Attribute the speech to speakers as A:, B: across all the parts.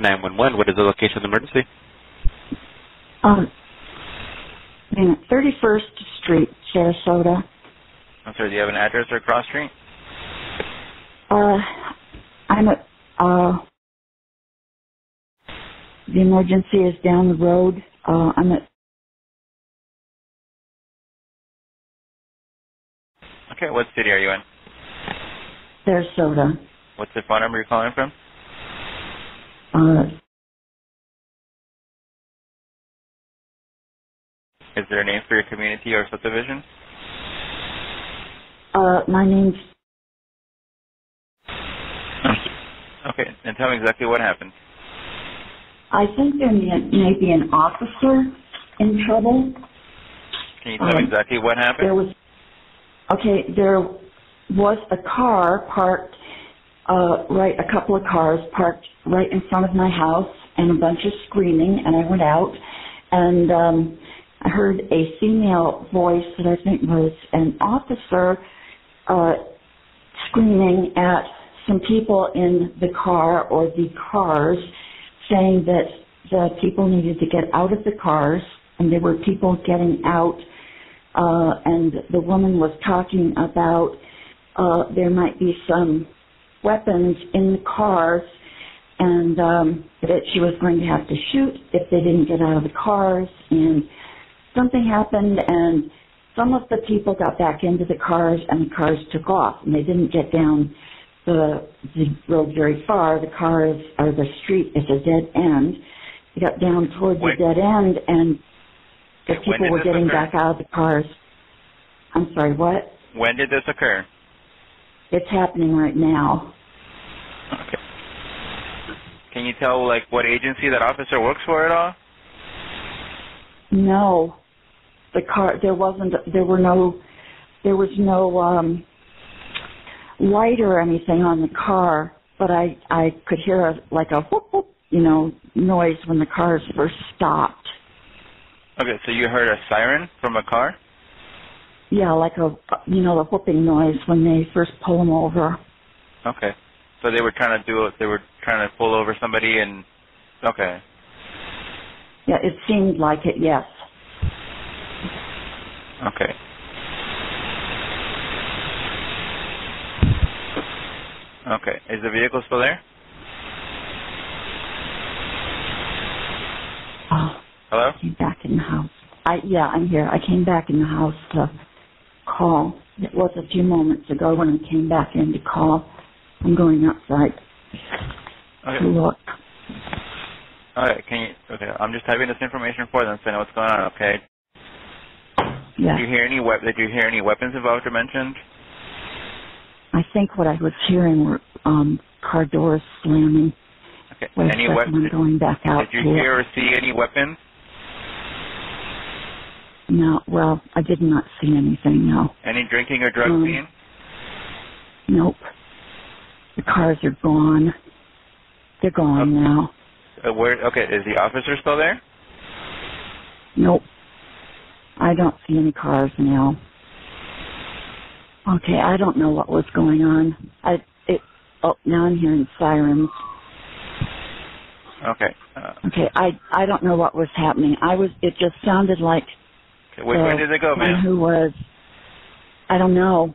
A: 911. What is the location of the emergency?
B: Um, minute, 31st Street, Sarasota.
C: I'm sorry, do you have an address or cross street?
B: Uh, I'm at, uh, the emergency is down the road. Uh, I'm at,
C: Okay, what city are you in?
B: Sarasota.
C: What's the phone number you're calling from?
B: Uh,
C: Is there a name for your community or subdivision?
B: uh, my name's,
C: Okay, and tell me exactly what happened.
B: I think there may, may be an officer in trouble.
C: Can you tell me
B: Um,
C: exactly what
B: There
C: happened?
B: was, okay, there was a car parked, uh, right, a couple of cars parked right in front of my house and a bunch of screaming and I went out and, um, I heard a female voice that I think was an officer, uh, screaming at some people in the car or the cars saying that the people needed to get out of the cars and there were people getting out uh, and the woman was talking about uh, there might be some weapons in the cars and um, that she was going to have to shoot if they didn't get out of the cars and something happened and some of the people got back into the cars and the cars took off and they didn't get down the, the road very far. The cars or the street is a dead end. They got down toward
C: When-
B: the dead end and the
C: Okay, when
B: people
C: did
B: were
C: this
B: getting
C: occur?
B: back out of the cars. I'm sorry, what?
C: When did this occur?
B: It's happening right now.
C: Okay. Can you tell like what agency that officer works for at all?
B: No, the car. There wasn't. There were no. There was no um, light or anything on the car. But I I could hear a, like a whoop whoop you know noise when the cars first stopped.
C: Okay, so you heard a siren from a car?
B: Yeah, like a you know the whooping noise when they first pull them over.
C: Okay. So they were trying to do it they were trying to pull over somebody and okay.
B: Yeah, it seemed like it. Yes.
C: Okay. Okay. Is the vehicle still there?
B: Oh,
C: Hello?
B: I came back in the house. I yeah, I'm here. I came back in the house to call. It was a few moments ago when I came back in to call. I'm going outside to
C: Okay.
B: look.
C: Alright, can you okay, I'm just typing this information for them so I know what's going on, okay?
B: Yeah,
C: Did you hear any wep- did you hear any weapons involved or mentioned?
B: I think what I was hearing were um car doors slamming.
C: Okay.
B: Wait a
C: Any
B: second, I'm
C: weapons
B: going back out.
C: did you
B: to look.
C: hear or see any weapons?
B: No, well, I did not see anything. No,
C: Any drinking or drug
B: Um,
C: scene?
B: nope. The cars are gone. They're gone now.
C: Uh, where okay, is the officer still there?
B: Nope. I don't see any cars now. Okay, I don't know what was going on. I it oh now I'm hearing sirens.
C: Okay. Uh,
B: Okay, I I don't know what was happening. I was it just sounded like
C: okay. Which way
B: the
C: did they go,
B: one
C: ma'am?
B: who was I don't know.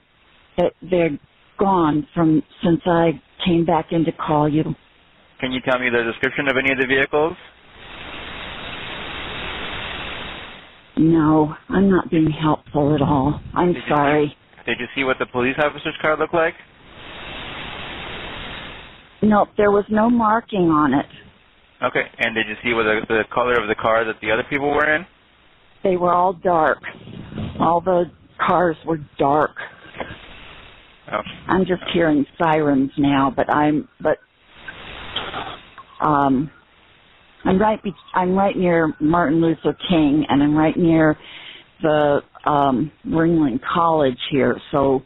B: It, they're gone from since I came back in to call you.
C: Can you tell me the description of any of the vehicles?
B: No, I'm not being helpful at all. I'm
C: Did you see-
B: sorry.
C: Did you see what the police officer's car looked like?
B: Nope, there was no marking on it.
C: Okay. And did you see what the, the color of the car that the other people were in?
B: they were all dark. All the cars were dark.
C: Oh.
B: I'm just hearing sirens now, but I'm but um I'm right be- I'm right near Martin Luther King and I'm right near the um Ringling College here, so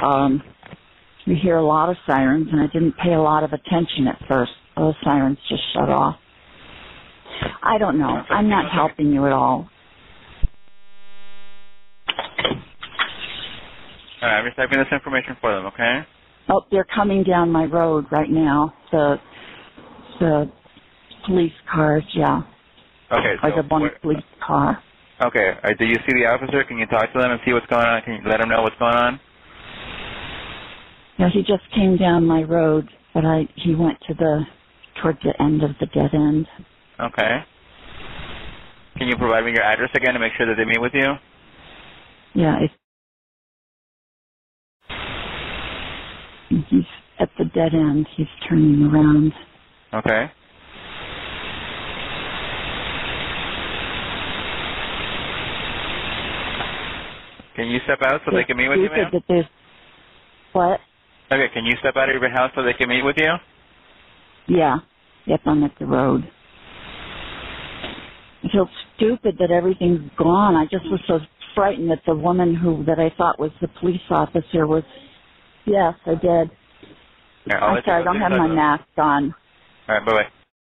B: um you hear a lot of sirens and I didn't pay a lot of attention at first. Those sirens just shut off. I don't know. I'm not helping you at all.
C: All right. I'm just typing this information for them. Okay.
B: Oh, they're coming down my road right now. The the police cars, yeah.
C: Okay.
B: Like
C: so
B: a Bonnie
C: where-
B: police car.
C: okay. All right, do you see the officer? Can you talk to them and see what's going on? Can you let them know what's going on?
B: No, he just came down my road, but I he went to the towards the end of the dead end.
C: Okay. Can you provide me your address again to make sure that they meet with you?
B: Yeah, it's and he's at the dead end. He's turning around.
C: Okay. Can you step out so they can meet with you,
B: said
C: ma'am?
B: that there's what?
C: Okay, can you step out of your house so they can meet with you?
B: Yeah. Yep, I'm at the road. I feel stupid that everything's gone. I just was so frightened that the woman who that I thought was the police officer was yes, I did.
C: All right, I'll
B: I'm
C: let you
B: sorry, I
C: know
B: don't
C: if
B: have
C: they-
B: my mask on.
C: All right, bye-bye.